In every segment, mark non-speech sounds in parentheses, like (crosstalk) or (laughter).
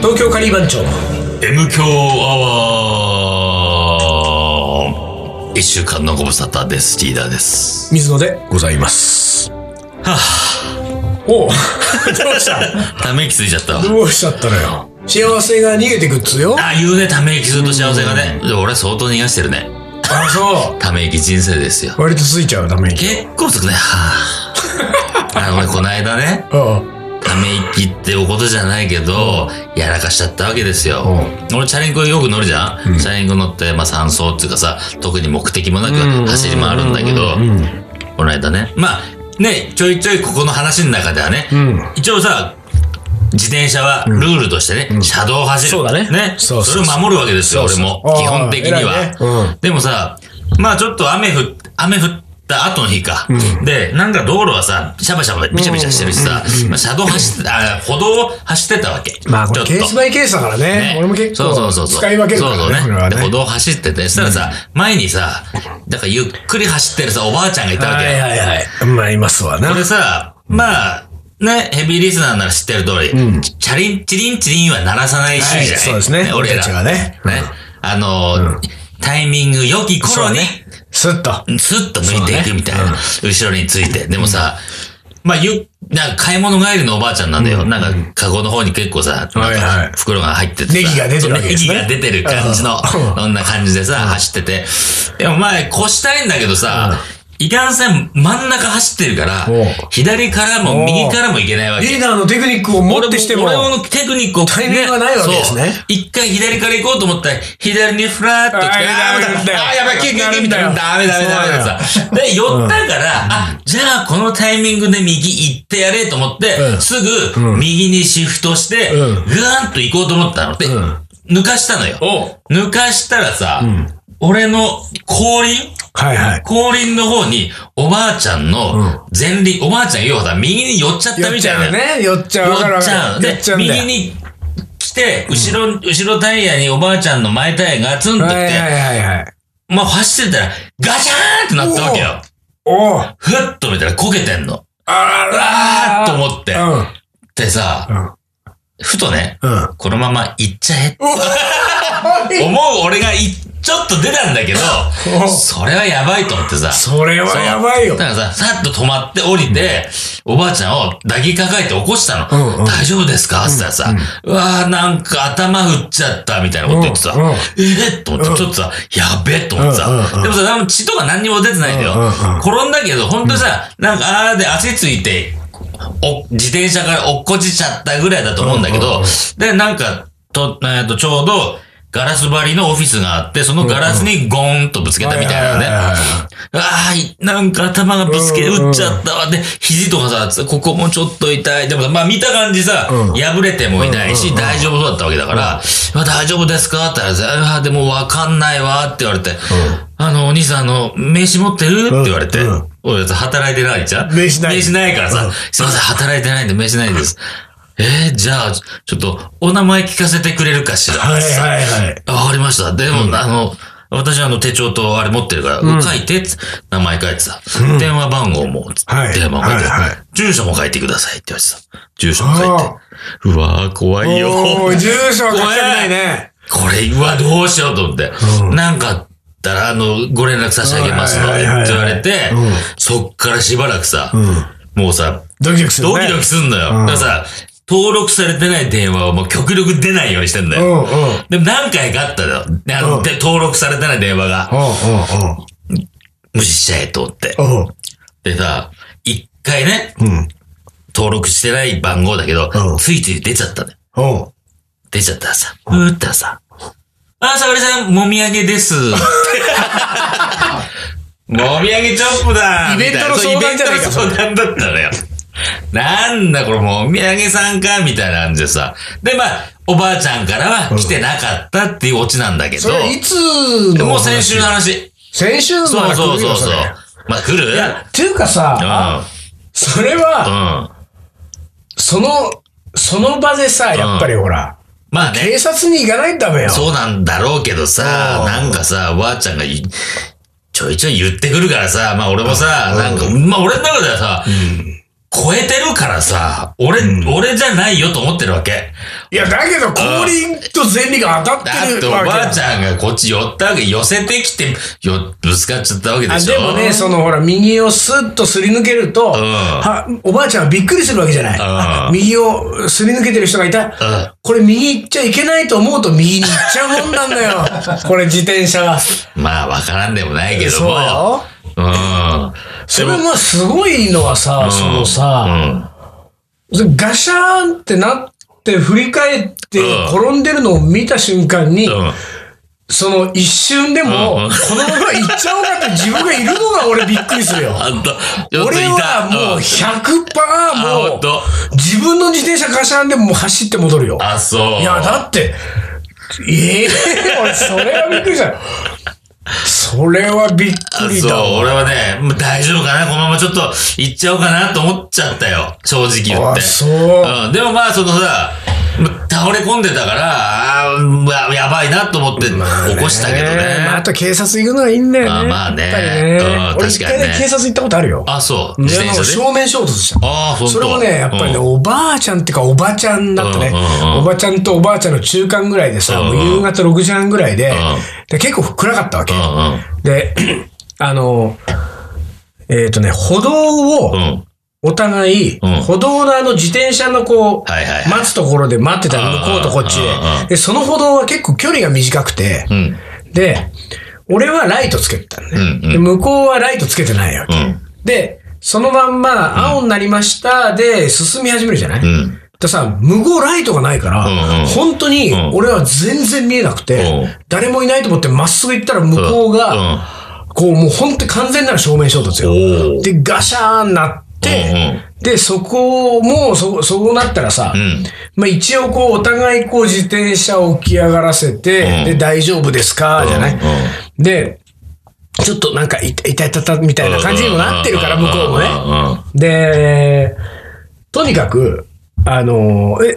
番町の M 強アワー一週間のご無沙汰です。リーダーです。水野でございます。おうどうしたため息ついちゃったわ。どうしちゃったのよ幸せが逃げてくっつよあ、言うね、ため息すると幸せがね。で俺相当逃がしてるね。あそため息人生ですよ。う割とついちゃうため息結構つくね、はぁ。 (laughs) あの、俺この間ね、うんため息っておことじゃないけど、やらかしちゃったわけですよ。俺チャリンコよく乗るじゃん、チャリンコ乗って、まあ山荘っていうかさ、特に目的もなく走り回るんだけど、この間ね。まあ、ね、ちょいちょいここの話の中ではね、一応さ、自転車はルールとしてね、車道を走る。そうだねそうそうそうれを守るわけですよ、俺も。ああ基本的には。偉いねでもさ、まあちょっと雨降っ、雨降った後の日か。で、なんか道路はさ、シャバシャバ、ビチャビチャしてるしさ、まあ、車道走って、あ、歩道を走ってたわけ。まあこちょれっケとースバイケースだからね俺も結構そうそうそうそう使い分けるかそうそうねらねこれはで歩ね道走ってて、そしたらさ、前にさ、だからゆっくり走ってるさ、おばあちゃんがいたわはけよ。いはいはいまあいますわなこれさ、まあ、ね、ヘビーリスナーなら知ってる通り、チャリン、チリン、チリンは鳴らさない主義じゃはない、いそうですね俺俺ら。たちがねね。あのー、タイミング良き頃に、スッとスッと向いていくみたいな、後ろについて。でもさ、まあ、ゆ、なんか買い物帰りのおばあちゃんなんだよ。なんか、カゴの方に結構さ、なんはいはいか袋が入っててさ。ネギが出てるわけですねネギが出てる感じの、そんな感じでさ、走ってて。でもまあ、越したいんだけどさ、いかんせん真ん中走ってるからおう、左からも右からも行けないわけ。リーダーのテクニックを持ってしても俺のテクニックをね、タイミングがないわけですねそう一回左から行こうと思ったら、左にフラーっと来て、あーあダメー、なまんだよたあーやばい、キュッキュッキュッみたいな。ダダメメなダメんだよダメダメさ。で、寄ったから、あ、じゃあこのタイミングで右行ってやれと思って、うんすぐ右にシフトして、ぐうんーんと行こうと思ったの。で、ん抜かしたのよ。抜かしたらさ、俺の後輪はいはい後輪の方に、おばあちゃんの前輪、おばあちゃん要はさ、右に寄っちゃった寄っみちたいゃなう。ね寄っちゃうわかる寄わっかちるゃう。で寄っちゃ、うんだ右よに来て、後ろ、後ろタイヤにおばあちゃんの前タイヤがツンと来はいはて、いはいはいまあ走ってたら、ガチャーンってなったわけよ。おうふっと見たら焦げてんの。ああーっと思って。うんでさ、ふとね、うんこのまま行っちゃえって思う俺がい、ちょっと出たんだけど、おそれはやばいと思ってさ。それはやばいよだからさ、さっと止まって降りて、おばあちゃんを抱きかかえて起こしたの。うんうん大丈夫ですかって言ったらさ、うわーなんか頭打っちゃったみたいなこと言ってさ、うんうんえーっと思って、ちょっとさ、やべえと思ってさ、うんうんうんでもさ、なんも血とか何にも出てないんだよ。うんうんうん転んだけど、ほんとさ、なんかあーで汗ついて、お自転車から落っこちちゃったぐらいだと思うんだけど、で、なんか、と、えー、と、ちょうど、ガラス張りのオフィスがあって、そのガラスにゴーンとぶつけたみたいなはいはいね。はいはいああ、なんか頭がぶつけ、うんうんうん打っちゃったわ。で、肘とかさ、ここもちょっと痛い。でもさまあ見た感じさ、うん破れてもいないし、大丈夫そうだったわけだから、まあ大丈夫ですかって言ったらさ、ああ、でもわかんないわって言われて、あの、お兄さん、あの、名刺持ってるって言われて、うん俺さ、働いてないじゃん名刺ない名刺ないからさ、すいません、働いてないんで名刺ないです。えー、じゃあ、ちょっと、お名前聞かせてくれるかしら。はいはいはいあわかりました。でも、あの、私あの手帳とあれ持ってるから、書いてっつ、名前書いてさ、電話番号もつ、はい電話番号書いて、はいはい住所も書いてくださいって言われてさ、住所も書いて。うわー怖いよ。おー住所は書きたくないねこれ、うわ、どうしようと思って。なんかあったら、あの、ご連絡差し上げますのはで、いってはいはいはい言われて、そっからしばらくさ、もうさ、ドキドキするねドキドキすんのよ。だからさ、登録されてない電話をもう極力出ないようにしてんだうんうんうんうよ。んでも何回かあったのよ。であの、うんで登録されてない電話が、うん無視しちゃえと思って。うんうんでさ、一回ね、うん登録してない番号だけど、うんついつい出ちゃったのよ。うん出ちゃったらさ、うーったらさ、あ、沙織さん、もみあげです。もみあげチョップだイベントのみた相談じゃないかそうイベントの相談だったのよ。なんだこれ、もみあげさんかみたいな感じでさ。で、まあ、おばあちゃんからは来てなかったっていうオチなんだけどそ、れいつの話もう先週の話。先週のそう話そうそうそうれ。まあ、来るいや、っていうかさ、それうん。は、うん。その、その場でさ、やっぱりほら、まあね。警察に行かないとダメよ。そうなんだろうけどさ、うんなんかさ、おばあちゃんがいちょいちょい言ってくるからさ、まあ俺もさ、なんか、まあ俺の中ではさ、超えてるからさ、俺、俺じゃないよと思ってるわけ。いや、だけど、後輪と前輪が当たっだてってるおわけばあちゃんがこっち寄ったわけ、寄せてきて、よ、ぶつかっちゃったわけであしょでもね、そのほら、右をスッとすり抜けると、はおばあちゃんはびっくりするわけじゃない。んあ右をすり抜けてる人がいた。んこれ右行っちゃいけないと思うと右に行っちゃうもんなんだ (laughs) よ。これ自転車は。まあ、わからんでもないけどそうだも。よ。うん。それもすごいのはさ、そのさ、ガシャーンってなって振り返ってうん転んでるのを見た瞬間に、うん。うん。その一瞬でも、うんうんこのまま行っちゃおうかって自分がいるのが俺びっくりする (laughs) よ。あんた、ちょっとい俺た。はもううん、あ、ほ100%もんう、と。自分の自転車ガシャンでもう走って戻るよ。あ、そう。いや、だって、ええ (laughs) 俺、それはびっくりした。それはびっくりそうだ、わ。俺はね、もう大丈夫かなこのままちょっと行っちゃおうかなと思っちゃったよ。正直言っあ、て。そう。うん、でもまあ、そのさ、倒れ込んでたから、あーうわやばいなと思って起こしたけどね。まあ、あと警察行くのはいいんだよね。あまあねやっぱりねうん俺、確一かにね回ね、警察行ったことあるよ。あ、そう。い自や転車で。正面衝突した。ああ、ほんと。それもね、やっぱりね、うんおばあちゃんってか、おばちゃんだったね、うんうんうんおばちゃんとおばあちゃんの中間ぐらいでさ、うんうんもう夕方6時半ぐらいで、んで結構暗かったわけ。うんで、 (clears throat) あの、えっ、とね、歩道うん。を、うん。お互い、うん歩道のあの自転車のこう、はいはいはい待つところで待ってたうんの、向こうとこっちうんうんで。で、その歩道は結構距離が短くて、うん。で、俺はライトつけてたのね、うんうんで。向こうはライトつけてないわけ。うん。で、そのまんま、青になりました、で、進み始めるじゃない、うん。でさ、無謀ライトがないから、うんうん本当にうん俺は全然見えなくて、うん誰もいないと思ってまっすぐ行ったら向こうが、こうもう本当に完全なる正面衝突うん。よ。おーで、ガシャーンなって、で、そこをもうそ、そうなったらさ、うん。うん。まあ一応こうお互いこう自転車を起き上がらせて、うんで、大丈夫ですか、じゃない、うんで、ちょっとなんか、いたいたいたたみたいな感じにもなってるから、向こうもね。うで、とにかく、あの、え、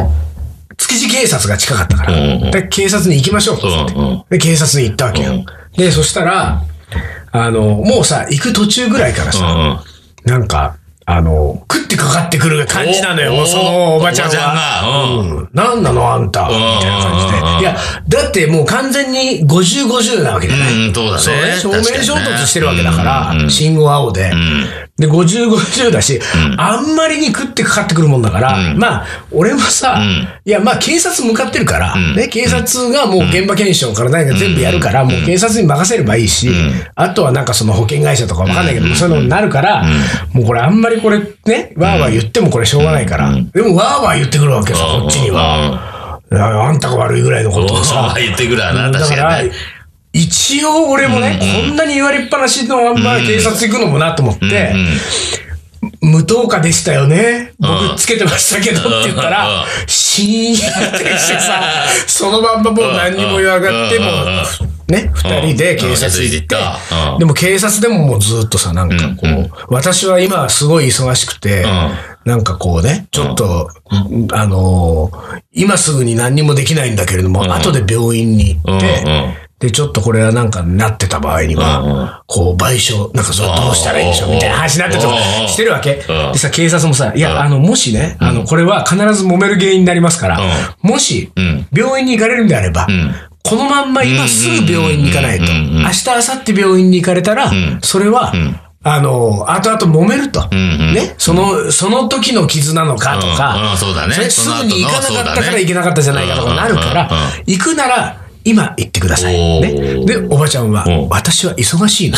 築地警察が近かったから、うんうんで警察に行きましょうっつって、うんうんで、警察に行ったわけよ。うんで、そしたら、あの、もうさ、行く途中ぐらいからんさ、うん。うん。なんか、あの、食ってかかってくる感じなのよ、おもうそのおばちゃんは。おばちゃんがうんうん何なのあんた、みんたいな感じで。うんうんいや、だってもう完全に50、50なわけじゃない。うん、そうだね。そうね、正面確かにね衝突してるわけだから、うんうん信号青で。んで、50、50だし、あんまりに食ってかかってくるもんだから、うんまあ、俺もさ、んいや、まあ、警察向かってるから、んね、警察がもう現場検証から何か全部やるから、もう警察に任せればいいし、あとはなんかその保険会社とかわかんないけど、そういうのになるから、もうこれあんまりこれね、わーわー言ってもこれしょうがないから、でもわーわー言ってくるわけさ、こっちには。ああんたが悪いぐらいのことをさあ、言ってくるわな、だ確かからにね。、一応俺もね、こんなに言われっぱなしのまんま警察行くのもなと思って、無灯火でしたよね。うん僕つけてましたけどって言ったうんうんら、シーンってして (laughs) さ、そのまんまもう何にも言わなくて、うんもうんうんうね、二人で警察行ってうん警察行ったうん、でも警察でももうずっとさ、なんかこうんうう、私は今すごい忙しくて、なんかこうね、ちょっと、あのー今すぐに何にもできないんだけれども、後で病院に行って、うんうんで、ちょっとこれはなんかなってた場合には、うんうこう賠償、なんかそれどうしたらいいんでしょうみたいな話になってたりとかうんうんしてるわけ。んでさ、警察もさ、いや、あの、もしね、あの、これは必ず揉める原因になりますから、もしん、病院に行かれるんであれば、んこのまんま今すぐ病院に行かないと、うんうんうんうん明日、明後日病院に行かれたら、それは、あの、後々揉めると。んうんね。その、その時の傷なのかとうんか、うんそうだねれすぐに行かなかったから行けなかったじゃないかとかなるからうんうんうんうん、行くなら、今行ってください。おね。ーで、おばちゃんはうん、私は忙しいの。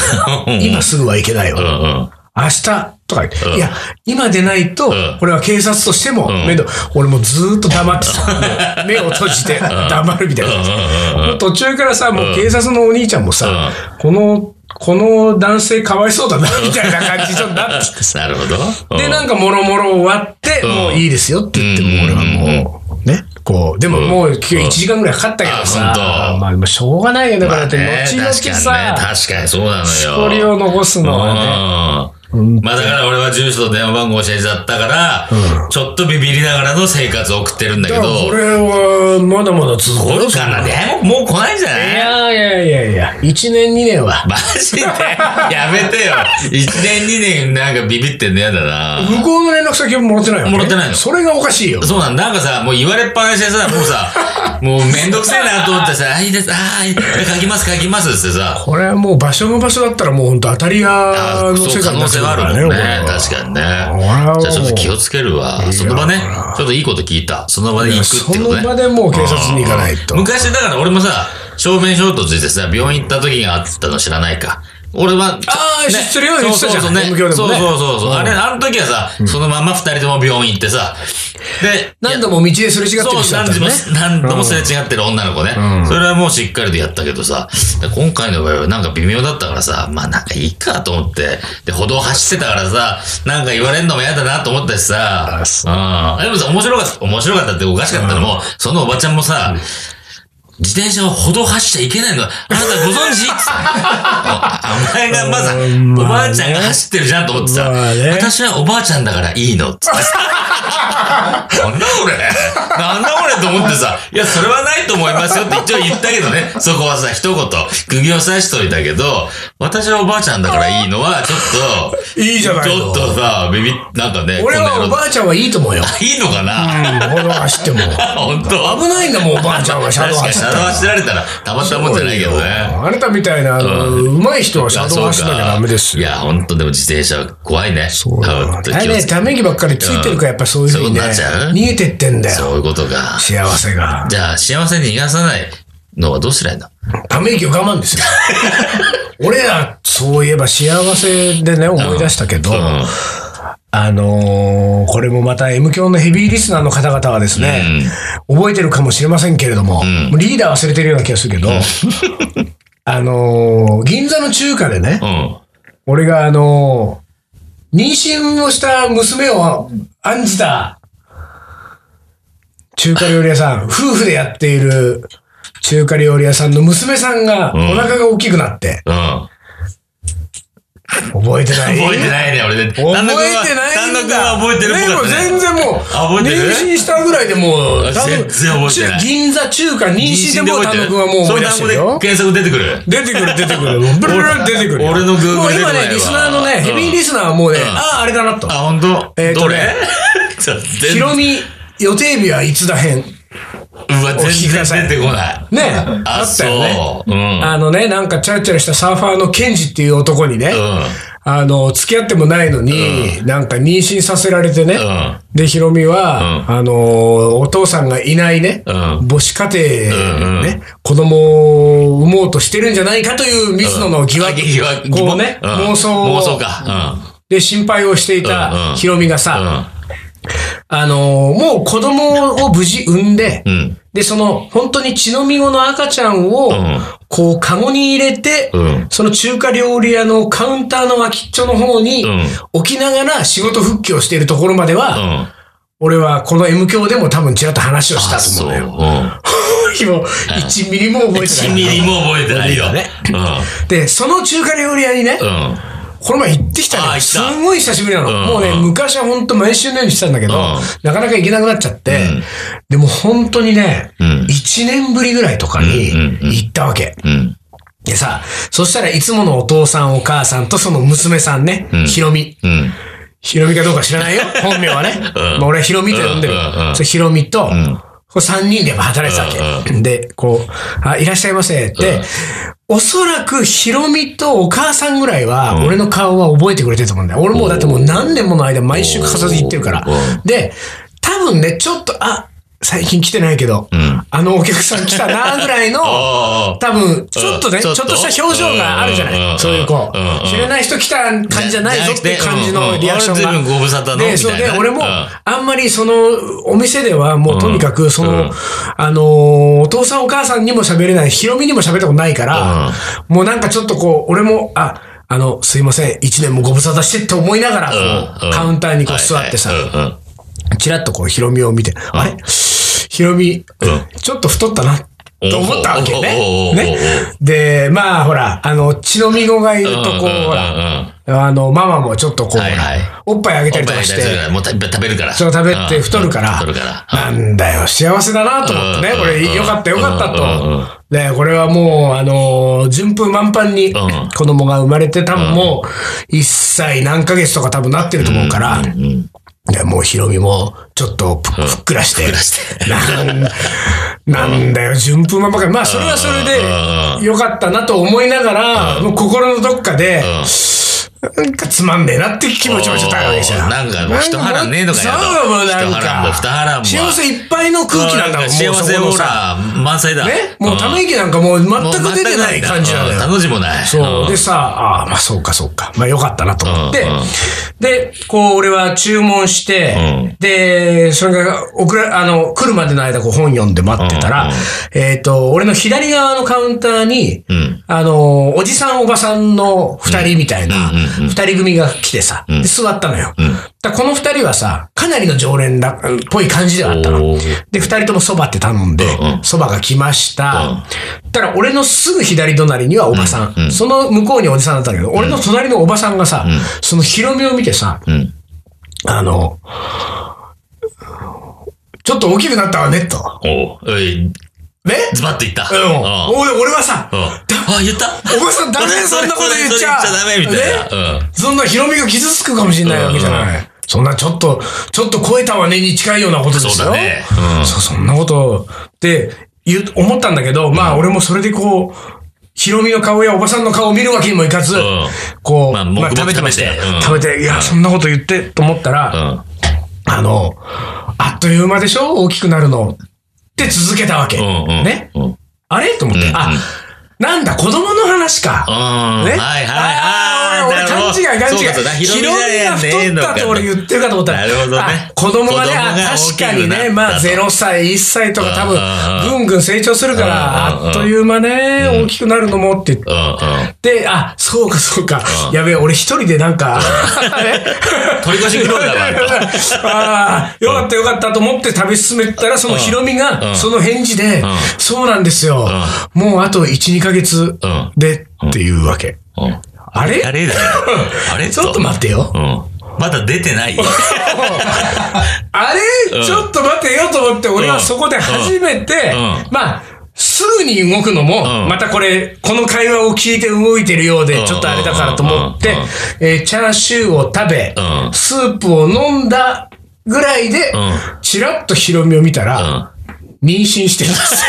今すぐは行けないうわ。んうん。明日とか言って、うんいや、今でないとん、これは警察としてもん、面倒。俺もうずーっと黙ってた。もう目を閉じて黙るみたいな感じ。うんうんもう途中からさ、もう警察のお兄ちゃんもさ、この、この男性かわいそうだな、みたいな感じになってなるほど。で、なんか、もろもろ終わって、もういいですよって言って、うんもう俺はもう、ね。こう、でももう結局1時間ぐらいかかったけどさ、あ本当まあ、まあしょうがないよね。だからだって、後確々かにね、さ、確かにそうなのよ。しこりを残すのはね、うんうんまあだから俺は住所と電話番号教えちゃったから、ちょっとビビりながらの生活を送ってるんだけど、これは、まだまだ続来くよるかなねもう来ないんじゃいなやいいやいやいや、1年2年は。マジで (laughs) やめてよ。一年二年なんかビビってんのやだな。向こうの連絡先ももらってないよ、ね。もらってないのそれがおかしいよ。そうなんなんかさ、もう言われっぱなしでさ、もうさ、もうめんどくせえなと思ってさ、あ、いいです、あ、いい書きます、書きますってさ、これはもう場所の場所だったらもう本当当たり屋あのそ世う可界にな能って性くるはあからるもんこれねは。確かにね。はもうじゃあちょっと気をつけるわ。その場ね、ちょっといいこと聞いた。その場で行くってことそね。の場でもう警察に行かないとうん昔だから俺もさ、正面衝突してさ、病院行った時があったの知らないか。俺は、あー知ってるよそ言うそうそうってたじゃんね勉強でもねそうそうそうそう。うんあれ、あの時はさ、そのまま二人とも病院行ってさ、で、何度も道ですれ違ってる人そう、だ何ったら度もね。、何度もすれ違ってる女の子ね。それはもうしっかりとやったけどさ、今回の場合はなんか微妙だったからさ、まあなんかいいかと思って、で、歩道走ってたからさ、なんか言われんのも嫌だなと思ってさ、あそうん。でもさ、面白かった、面白かったっておかしかったのも、そのおばちゃんもさ、自転車を歩道走っちゃいけないの。あなたご存 (laughs) 知あお前がまさ、うんまあおねばあちゃんが走ってるじゃんと思ってさ、まあね私はおばあちゃんだからいいの。つってなんだ俺なんだ俺と思ってさ、 (laughs) いや、それはないと思いますよって一応言ったけどね、そこはさ、一言、釘を刺しといたけど、私はおばあちゃんだからいいのは、ちょっ (laughs) と、いいじゃないのちょっとさ、ビビ、なんかね、俺こはおんな野郎ばあちゃんはいいと思うよ。いいのかうな、ん、歩道走っても。 (laughs) 本当危ないんだもん、おばあちゃんは車確道かに、走っ車た道ら。走られたら、たまったもんじゃないけどね。あなたみたいな、あのうまい人は車道走んなきゃダメですいよ。や、本当でも自転車は怖いね。そうだ本当にあ気をれね、つけため息ばっかりついてるから、やっぱそういうふうにね、そういうことになっちゃう逃げてってんだよ、そういうことか。幸せが。じゃあ、幸せに逃がさないのはどうすりゃいいのため息を我慢です (laughs) よ。俺ら、そういえば幸せでね、思い出したけど、うんあのーこれもまた M 教のヘビーリスナーの方々はですね、覚えてるかもしれませんけれども、んもうリーダー忘れてるような気がするけど、あのー銀座の中華でね、うん。俺があのー妊娠をした娘を案じた、中華料理屋さん、夫婦でやっている中華料理屋さんの娘さんがおん腹が大きくなって、うん。覚えてない覚えてないね、俺で。覚えてない丹んだ。野くんは覚えてるねっぽかったもう全ね。然もう、覚えてる妊娠したぐらいでもう、多分全然覚えてない中銀座中華妊娠でもう、妊娠丹野くんはもう思い出してるそう単語よで。検索出てくる。出てくる、出てくる。もうブルブルブル出てくるよ。俺の Google もう今出てこないね、わリスナーのね、うんヘビーリスナーはもうね、うんああ、あれだなと。あ、本当。えーどとれ (laughs) ねちょっと全ひ然ろみ、予定日はいつだ編。うわ、お聞きく全ださい然出てこない。ね、あ、あったよね。そう。うん。あのね、なんかチャラチャラしたサーファーのケンジっていう男にね、うん。あの、付き合ってもないのに、なんか妊娠させられてね、うんで、ヒロミは、あの、お父さんがいないね、うん母子家うんう庭んでね、子供を産もうとしてるんじゃないかという水野の疑惑、疑惑こうね、うん妄想を妄想か。で心配をしていうんうたんヒロミがうさ、ん。あの、もう子供を無事産んで、うん。で、その、本当に血のみ子の赤ちゃんをん、こう、カゴに入れてうん、その中華料理屋のカウンターの脇っちょの方にうん置きながら仕事復帰をしているところまでうは、ん。うん。俺はこの M 教でも多分ちらっと話をしたあ、と思うんそう。うだんよ。。 (laughs) もう1ミリも覚えて1ない。ミリも覚えてないよ。うで、その中華料理屋にね、ん。うん。この前行ってきたあの。行っすたんごい久しぶりなの。うんもうね、昔は本当毎週のようにしてたんだけど、うんなかなか行けなくなっちゃって、うんでも本当にね、うん1年ぶりぐらいとかにうんうんうん行ったわけ。うん。でさ、そしたらいつものお父さんお母さんとその娘さんね、んヒロミ。うん。ヒロミかどうか知らない (laughs) よ、本名はね。うんまあ俺はヒロミって呼んでるうんうんう。んそうヒロミと、んこう3人でやっぱ働いてたわけ。で、こう、あ、いらっしゃいませって、おそらくヒロミとお母さんぐらいは、俺の顔は覚えてくれてると思うんだよ。俺もうだってもう何年もの間毎週欠かさず行ってるからおー。で、多分ね、ちょっと、あ、最近来てないけど、んあのお客さん来たなぐらいの、 (laughs) ああ。多分、ちょっとね、うんちちょょっっととした表情があるじゃうんうんなうい。んそういうこうんうう、ん知らない人来た感じじゃないぞって感じのリアクションうんうんうんあれ随分が。ご無沙汰ので、みそうたいで、なね俺も、うんあんまりその、お店ではもうとにかうく、んそうのん、あの、お父さんお母さんにも喋れない、ヒロミにも喋ったことないから、もうなんかちょっとこう、俺も、あ、あの、すいません、一年もご無沙汰してって思いながら、こううんカウンターにこう座ってさは、いはいうんちらっとこう、ヒロミを見て、あれヒロミ、んちょっと太ったなっと思ったわけね。おーおーおーおーね。で、まあほら、あの、血のみ子がいるとこう、ほら、あの、ママもちょっとこう、はいはいおっぱいあげたおっりとぱかいし出すかて、ら、もう食べ食べるから。そう食べてうん太るから太るから。なんだよ、幸せだなと思ってね、うんこれ、よかったよかったうんと。で、これはもう、あの、順風満帆にうん子供が生まれて、多分もう、1歳何ヶ月とか多分なってると思うから、うん。で、もうヒロミも、ちょっとぷ、うんふっくらして。ふっくらしてなんなんだよ、順風満帆か。まあ、それはそれうで、よかったなと思いながら、もう心のどっかで、なんかつまんねえなって気持ちもちょっとあるわけじゃん。なんかもう一波乱ねえのかよとそう、もうなん一波乱も二波乱か。も幸せいっぱいの空気なんだもん、もう幸せそこオのーさ。ラ満載だ。ねもうため息なんかもう全く出てない感じなのうんよ。楽しもない。そう。んでさ、ああ、まあそうかそうか。まあよかったなと思ってうんうん。で、こう俺は注文してうん、で、それが送ら、あの、来るまでの間こう本読んで待ってたうんらうん、えっと、俺の左側のカウンターにうん、あの、おじさんおばさんの二人みたいなうんうんうん、二人組が来てさ、んで座ったのよ。だからこの二人はさ、かなりの常連だ、っぽい感じではあったのおー。で、二人とも蕎麦って頼んでうんう、ん蕎麦が来ました。だから俺のすぐ左隣にはおばさん。うんうんその向こうにおじさんだったんだけど、俺の隣のおばさんがさ、そのヒロミを見てさ、うん。あの、ちょっと大きくなったわね、と。おうおい、ねズバッといった。うん。うん俺俺はさ、うんあ、言ったおばさんダメそんなこと言っちゃ。それ言っちゃダメみたいな。うん。そんなヒロミが傷つくかもしれないわけじゃない。そんなちょっと、ちょっと超えたわねに近いようなことですよ。そうだねうんそうそんなことって言う思ったんだけど、まあ俺もそれでこう、ヒロミの顔やおばさんの顔を見るわけにもいかず、うんこう、まあ黙々食べてましたよ食べ食べてうんて、いや、そんなこと言ってと思ったら、うん。あの、あっという間でしょ大きくなるの。って続けたわけ。うんうん。ねうん。うん。あれと思って、うんうんあ、なんだ、子供の話か。はいはいはい。あー俺俺なるほ勘ど違い勘違い。そうかそうだヒ広ロめミじがゃねえ太っのたかって俺言ってるかと思ったら。なるほどねあ子供がね、あ子供が大確きくなかったとにね、まあ0歳、1歳とか多うん分、ぐんぐん成長するから、うんうんうんあっという間ね、大きくなるのもって言ってうんうん。で、あ、そうかそうか。うんやべえ、俺一人でなんか、ね取り越し苦労だわあんた (laughs) ああ、よかったよかったと思って食べ進めたら、そのヒロミうが、んその返事で、んそうなんですよ。もうあと1、2ヶ月うんでっていうわけ。うん。あれあれだよ。あれちょっと待ってよ。うん。まだ出てない。あれ、うんちょっと待てよと思って、俺はそこで初めて、うんまあ、すぐに動くのも、うんまたこれ、この会話を聞いて動いてるよううで、んちょっとあれだからと思ってうんうん、えーチャーシューを食べう、んスープを飲んだぐらいでうん、ちらっとヒロミを見たうら、ん。妊娠してます。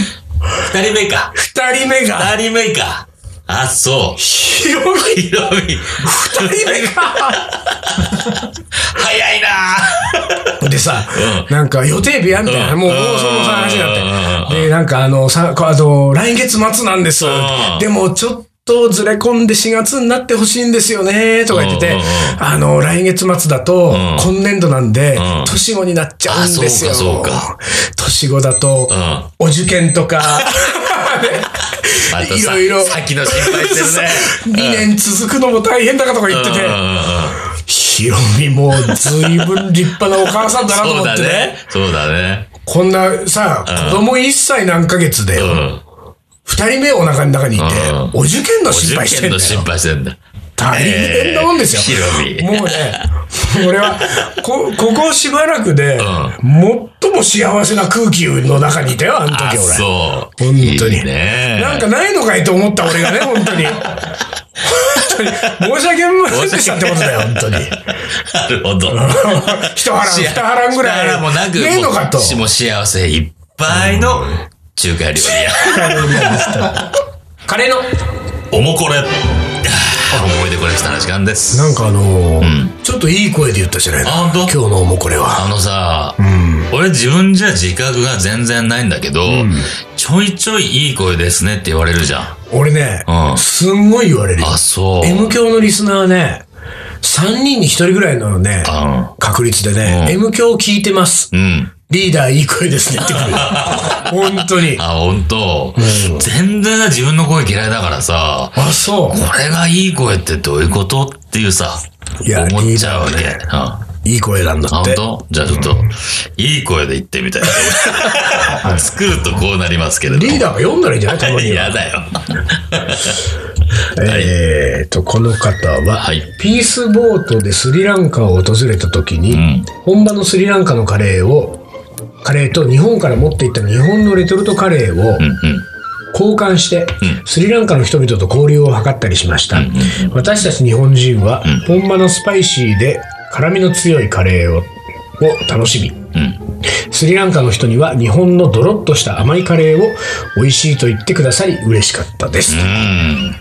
(laughs) 二人目か。 (laughs) 二人目が、 (laughs) 二人目か。あ、そう。ヒロミひろみ。二人目か。早いなでさ、なんか予定日やみたいな、うんもう、もうその話になって。で、なんかあの、さ、あの、来月末なんですうん。でも、ちょっとずれ込んで4月になってほしいんですよね、とか言ってうんてうん、あの、来月末だとん、今年度なんでうん、年後になっちゃうんですよ。あそうかそうか年後だとうん。、まお受験とか、 (laughs) ねたさいろいろ先の心配してるね。 2年続くのも大変だかとか言っててうん、うんうんヒロミもずいぶん立派なお母さんだなとそう思っだてねね。。そうだね。こんなさ、子供1歳何ヶ月でう、ん。二人目お腹の中にいてうん、お受験のお心受配して験んだの心よ。配してんだ。大変なもんですよ。えーひろみ。もうね、俺は、こ、ここしばらくで、最も幸せな空気の中にいたよ、あのあ、時俺。そう。本当にいいねなんかないのかいと思った俺がね、本当に。本当に申し訳ありませんでしたってことだよ、本当 (laughs) に。なるほ (laughs) ど。一腹、二腹ぐら。二腹もないく、ねえのかと。もうもう幸せいっぱいの中華料理や。 (laughs) カレーの。おもこれ。あー思い出これしたら時間です。なんかあのーちょっといい声で言ったじゃないのあ本当今日のもこれは。あのさ、俺自分じゃ自覚が全然ないんだけど、ちょいちょいいい声ですねって言われるじゃん。俺ね、うんすんごい言われるよ。あ、そう。 M 教のリスナーはね、3人に1人ぐらいのね、あ確率でね、うん M 教聞いてます。うん。リーダーいい声ですねって (laughs) くる。本当に。あ、ほんと。うん全然自分の声嫌いだからさ、あ、そうこ。れがいい声ってどういうことっていうさ、いや思っちゃうわけ。リーダーはういい声なんだあ、っ本て。当？じゃあちょっと、いい声で言ってみたいな。作るとこうなりますけれど。リーダーが読んだらいいんじゃないたまには。嫌だよ。えーと、この方は、はいピースボートでスリランカを訪れた時に、ん本場のスリランカのカレーを、カレーと日本から持っていった日本のレトルトカレーをうんうん。交換して、スリランカの人々と交流を図ったりしました。私たち日本人は、本場のスパイシーで辛みの強いカレーをを楽しみ、スリランカの人には日本のドロッとした甘いカレーを美味しいと言ってくださり嬉しかったです。うん。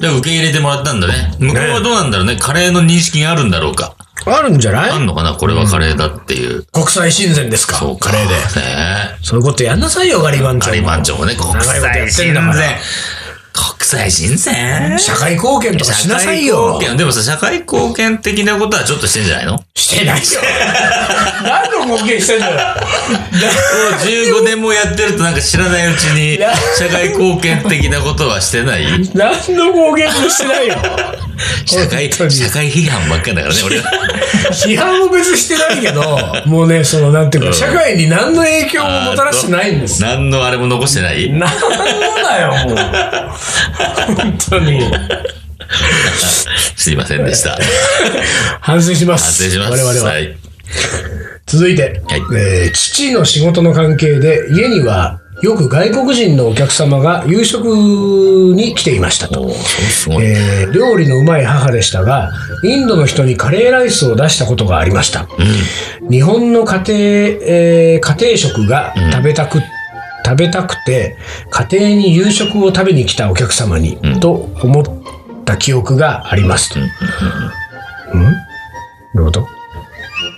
じゃあ受け入れてもらったんだね。向こうはどうなんだろうね。カレーの認識があるんだろうか。あるんじゃないあんのかなこれはカレーだっていう。国際親善ですかそうかカレーで。ねそういうことやんなさいよ、ガリバンちゃんカも。リマンチョもね、国長いことや際って親んだ善から。国際親善社会貢献とかしなさいよ社会。貢献。でもさ、社会貢献的なことはちょっとしてんじゃないのしてないよ。何の貢献してんだ (laughs) よ。 15年もやってるとなんか知らないうちに社会貢献的なことはしてない何の貢献もしてないよ。社会、本当に社会批判ばっかりだからね、俺は。批判も別にしてないけど、もうね、その、なんていうか、社会に何の影響ももたらしてないんですよ。何のあれも残してない何もだよ、もう。本当に。すいませんでした。反省します。反省します。我々は。い。続いて、はいえー父の仕事の関係で家にはよく外国人のお客様が夕食に来ていましたとおー、。すごい。えー料理のうまい母でしたがインドの人にカレーライスを出したことがありました、日本の家庭、えー家庭食が食べたく、食べたくて家庭に夕食を食べに来たお客様に、と思った記憶がありますと、うんどういうこと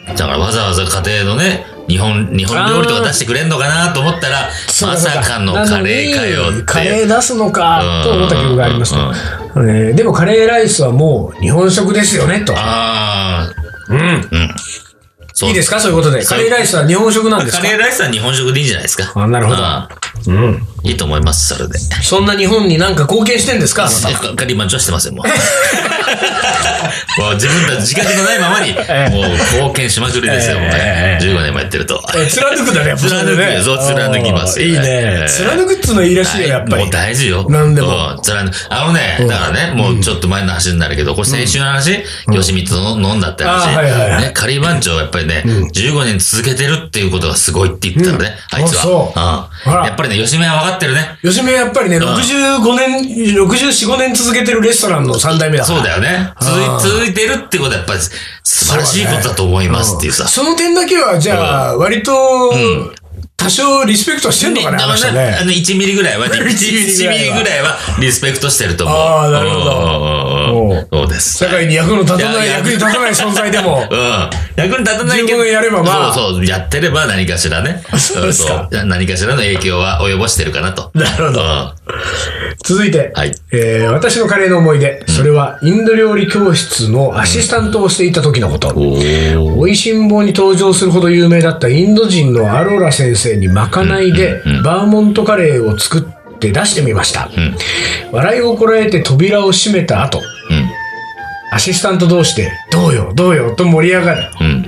だからわざわざ家庭のね、日本、日本料理とか出してくれんのかなと思ったら、そうまだそうださかのカレーかよなのっにカレて。ー出すのかと思った記憶がありますうんうんと、えーでもカレーライスはもう日本食ですよねと。ああ、うん。そういいですかそういうことで。カレーライスは日本食なんですカかレーライスは日本食でいいんじゃないですか。あなるほどど。うん。いいと思います、それで。そんな日本になんか貢献してんですかあなたガリバンチョはしてません、もう。もう自分たち自覚のないままに、もう貢献しまくりですよ、もうね。15年もやってると。え貫くんだね、やっぱ貫くねそう貫きますあーいいえねえ。貫くっつうのいいらしいよ、やっぱり。もう大事よ。何でもうん。つらいあのね、だからね、もうちょっと前の話になるけど、これ先週の話、吉光と飲んだって話。あはいはいはいね、カリー番長はやっぱりね、15年続けてるっていうことがすごいって言ってたのね、うんあいつあそうは。うあん。らやっぱりね、吉見は分かってるね。吉めやっぱりね、65年、64、5年続けてるレストランの3代目だからそうだよね。あー続い、続いてるってことはやっぱり素晴らしいことだと思いますっていうさ。その点だけは、じゃあ、割と、多少リスペクトしてんのかね、あの人ね、あね。の、1ミリぐらいは、1 (laughs) 1ミミリリぐぐらいはリスペクトしてると思う。あーなるほどうんうんうんおうんうそうです。社会に役の立たないい、やいや役に立たない存在でもう。ん。役に立たないけ15ど。年やればまあそうそう。やってれば何かしらね。 (laughs) そうですかうんそう何かしらの影響は及ぼしてるかなと。 (laughs) なるほどうん続いて、はいえー私のカレーの思い出、それはインド料理教室のアシスタントをしていた時のこと。美味しん坊に登場するほど有名だったインド人のアローラ先生にまかないでバーモントカレーを作って出してみました。笑いをこらえて扉を閉めた後、アシスタント同士で、どうよ、どうよ、と盛り上がる。うん。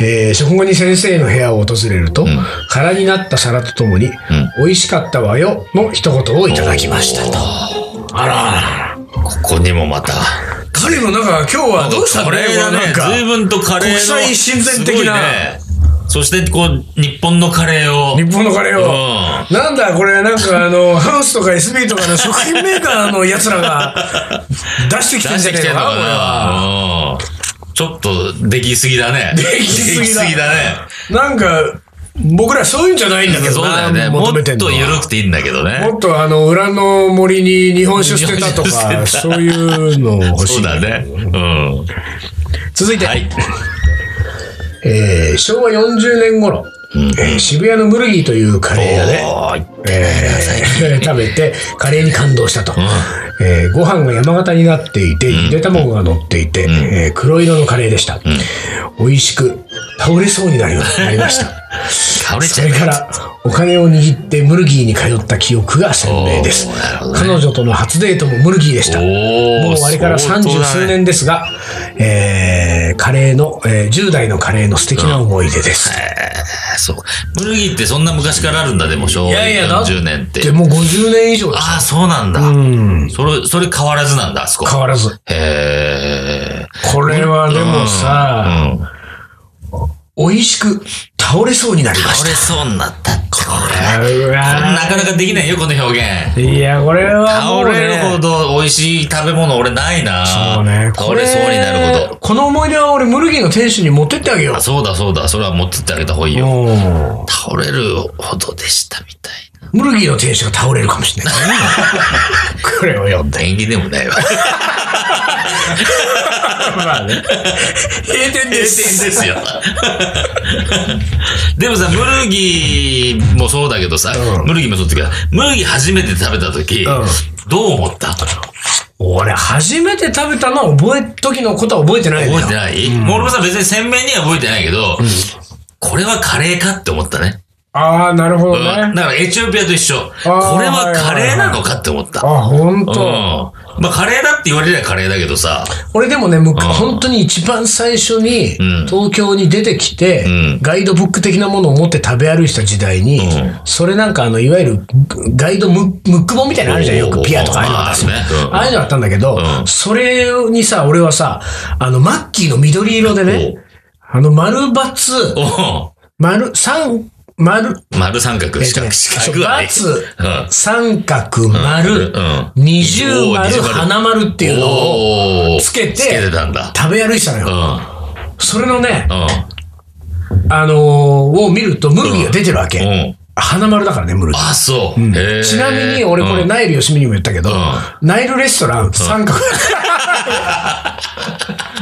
えー食後に先生の部屋を訪れると、空になった皿とともに、美味しかったわよ、の一言をいただきましたと。あらあら。ここにもまた。彼もなんか今日はどうしたカのレーがこれなんかね、随分とカレーの。国際親善的なすごいね。そして、こう、日本のカレーを。日本のカレーうを。ん。なんだこれなんかあ (laughs) の、ハウスとか SB とかの食品メーカーの奴らが出してき出てんじしゃてねきえかてんのな、これは。かな。うんちょっと、できすぎだね。できすぎだできすぎだね。なんか、僕らそういうんじゃないんだけどそうだな、よね。も求めってんのとは緩くていいんだけどね。もっとあの、裏の森に日本酒捨てたと日本か、酒捨てそういうの欲しそ。いうだね。うん。続いて、はい。えー昭和40年頃、えー渋谷のムルギーというカレー屋で、おーいえー食べてカレーに感動したと、えーご飯が山形になっていてゆで卵が乗っていて、えー黒色のカレーでした、美味しく倒れそうになりまなりました (laughs) 倒れちそゃうれ。からお金を握ってムルギーに通った記憶が鮮明です、おーなるほどね彼女との初デートもムルギーでしたもおうおあれから三十数。年ですが、えーえーカレーの、えー10代のカレーの素敵な思い出です。えーそう。古着ってそんな昔からあるんだ、でも、昭和いやいやだ40年って。でもう50年以上ですああ、そうなんだ。うん。それ、それ変わらずなんだ、あそこ。変わらず。へえ。これはでもさ、うん、美味しく倒れそうになりまし倒た。れそうになったってこれ。うわなかなかできないよ、この表現。ーいや、これはも倒う、ね。れるほど美味しい食べ物俺ないなそうね。倒れそうになるほこれど。この思い出は俺、ムルギーの店主に持ってってあげよ。あそうだそうだ、それは持ってってあげた方がいいうよ。うん倒れるほどでしたみたいな。ムルギーの店主が倒れるかもしれない。 (laughs) これを読んで。縁起でもな (laughs) いわ。 (laughs) まあね。閉店閉店です。ですよ。 (laughs) でもさ、ムルギーもそうだけどさ、うんムルギーもそうだけど、ムルギー初めて食べた時、うどう思った俺、初めて食べたのは覚え、時のことは覚えてないのよ覚えてない、もう俺もさ、別に鮮明には覚えてないけど、これはカレーかって思ったね。ああ、なるほどうんね。だからエチオピアと一緒。これはカレーなのかって思った。あ、ほんうと。ん。まあ、カレーだって言われりゃカレーだけどさ。俺でもね、むか本当に一番最初にうん東京に出てきて、うんガイドブック的なものを持って食べ歩いてた時代に、うんそれなんかあの、いわゆるガイドムムック本みたいなのあるじゃん、よくピアとかああいうのがあるまああるねうんああいうのあったんだけど、うんそれにさ、俺はさ、あの、マッキーの緑色でね、あの、丸バツ、お丸、三、丸、お丸三角、えっ四とね角、四角はねそううんバツ、三角、丸、うん二重おー二丸、重丸花丸っていうのをおーつけてつけてたんだ。食べ歩いてたのよう。ん。うん。それのね、あのーを見ると、ムルギーが出てるわけ。うん。花丸だからね、ムルギー。あ、そう。へーちなみに、俺これ、うんナイルよしみにも言ったけど、うナイルレストラン三角、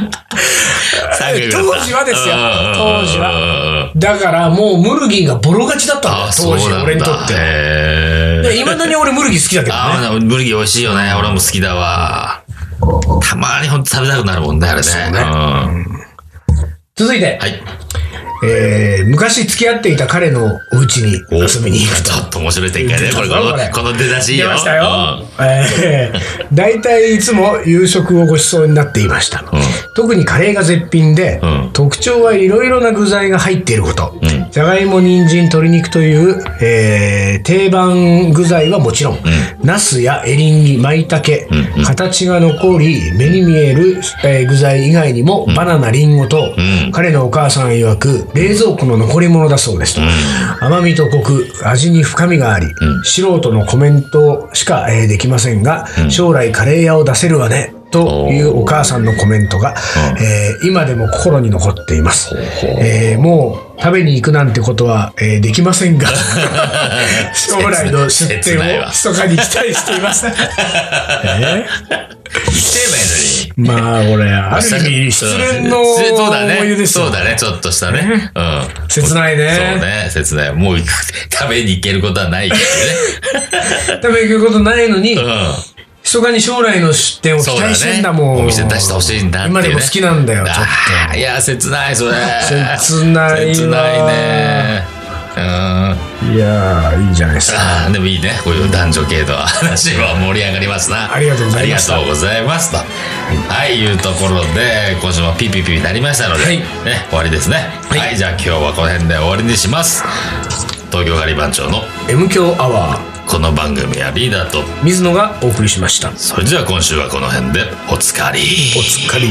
当三角だった時はですようん当時はうんうんうんだからもうムルギーがボロ勝ちだったんだよあ、、そ当う時、なんだ。俺にとって。へーいまだに俺ムルギー好きだけどね。ああ、ブルギー美味しいよね。俺も好きだわ。たまにほんと食べたくなるもんね、あれね。うねん。続いて、はい。えー昔付き合っていた彼のお家に遊びに行くちょっと面白い展開ね。これ、ここれの、この出だしいい出よ。ましたよう。えー大体いつも夕食をご馳走になっていました。特にカレーが絶品で、うん特徴はいろいろな具材が入っていること。んじゃがいも、人参、鶏肉という、えー定番具材はもちろん、ナスやエリンギ、舞茸、形が残り、目に見える、えー具材以外にも、バナナ、リンゴと、うん彼のお母さん曰く、冷蔵庫の残り物だそうですと。甘みとコク、味に深みがあり、素人のコメントしか、えーできませんが、将来カレー屋を出せるわね、というお母さんのコメントが、うんえー今でも心に残っています。えーもう食べに行くなんてことは、えーできません (laughs) が、将来の出切店ないをわ密かに期待してい (laughs) ます。えん。言ってーまあ、俺、あばいいのる意に。味、失恋のうん思そうだい出ね。ですそよう。だね。ちょっとしたね。うん。切ないねそうね。切ない。もう行く、食べに行けることはないけどね。食べに行くことないのに、 (laughs) うん。密かに将来の出店を期そうだ待ね。してんだもん。お店出してほしいんだっていうね。今でも好きなんだよ、ちょっあーいや、切ない、それ。切ないわ切ないね。うん。と。いやー、いいじゃないですか。ああ、でもいいね。こういう男女系の話は盛り上がりますな。ありがとうございましたありがとうございますと。はい、いうところで、今週もピーピーピーになりましたので、はいね、終わりですね。はい、じゃあ今日はこの辺で終わりにします。東京ガリ番長の M 強アワー、この番組はリーダーと、水野がお送りしました。それでは今週はこの辺でおつかり。お疲れ。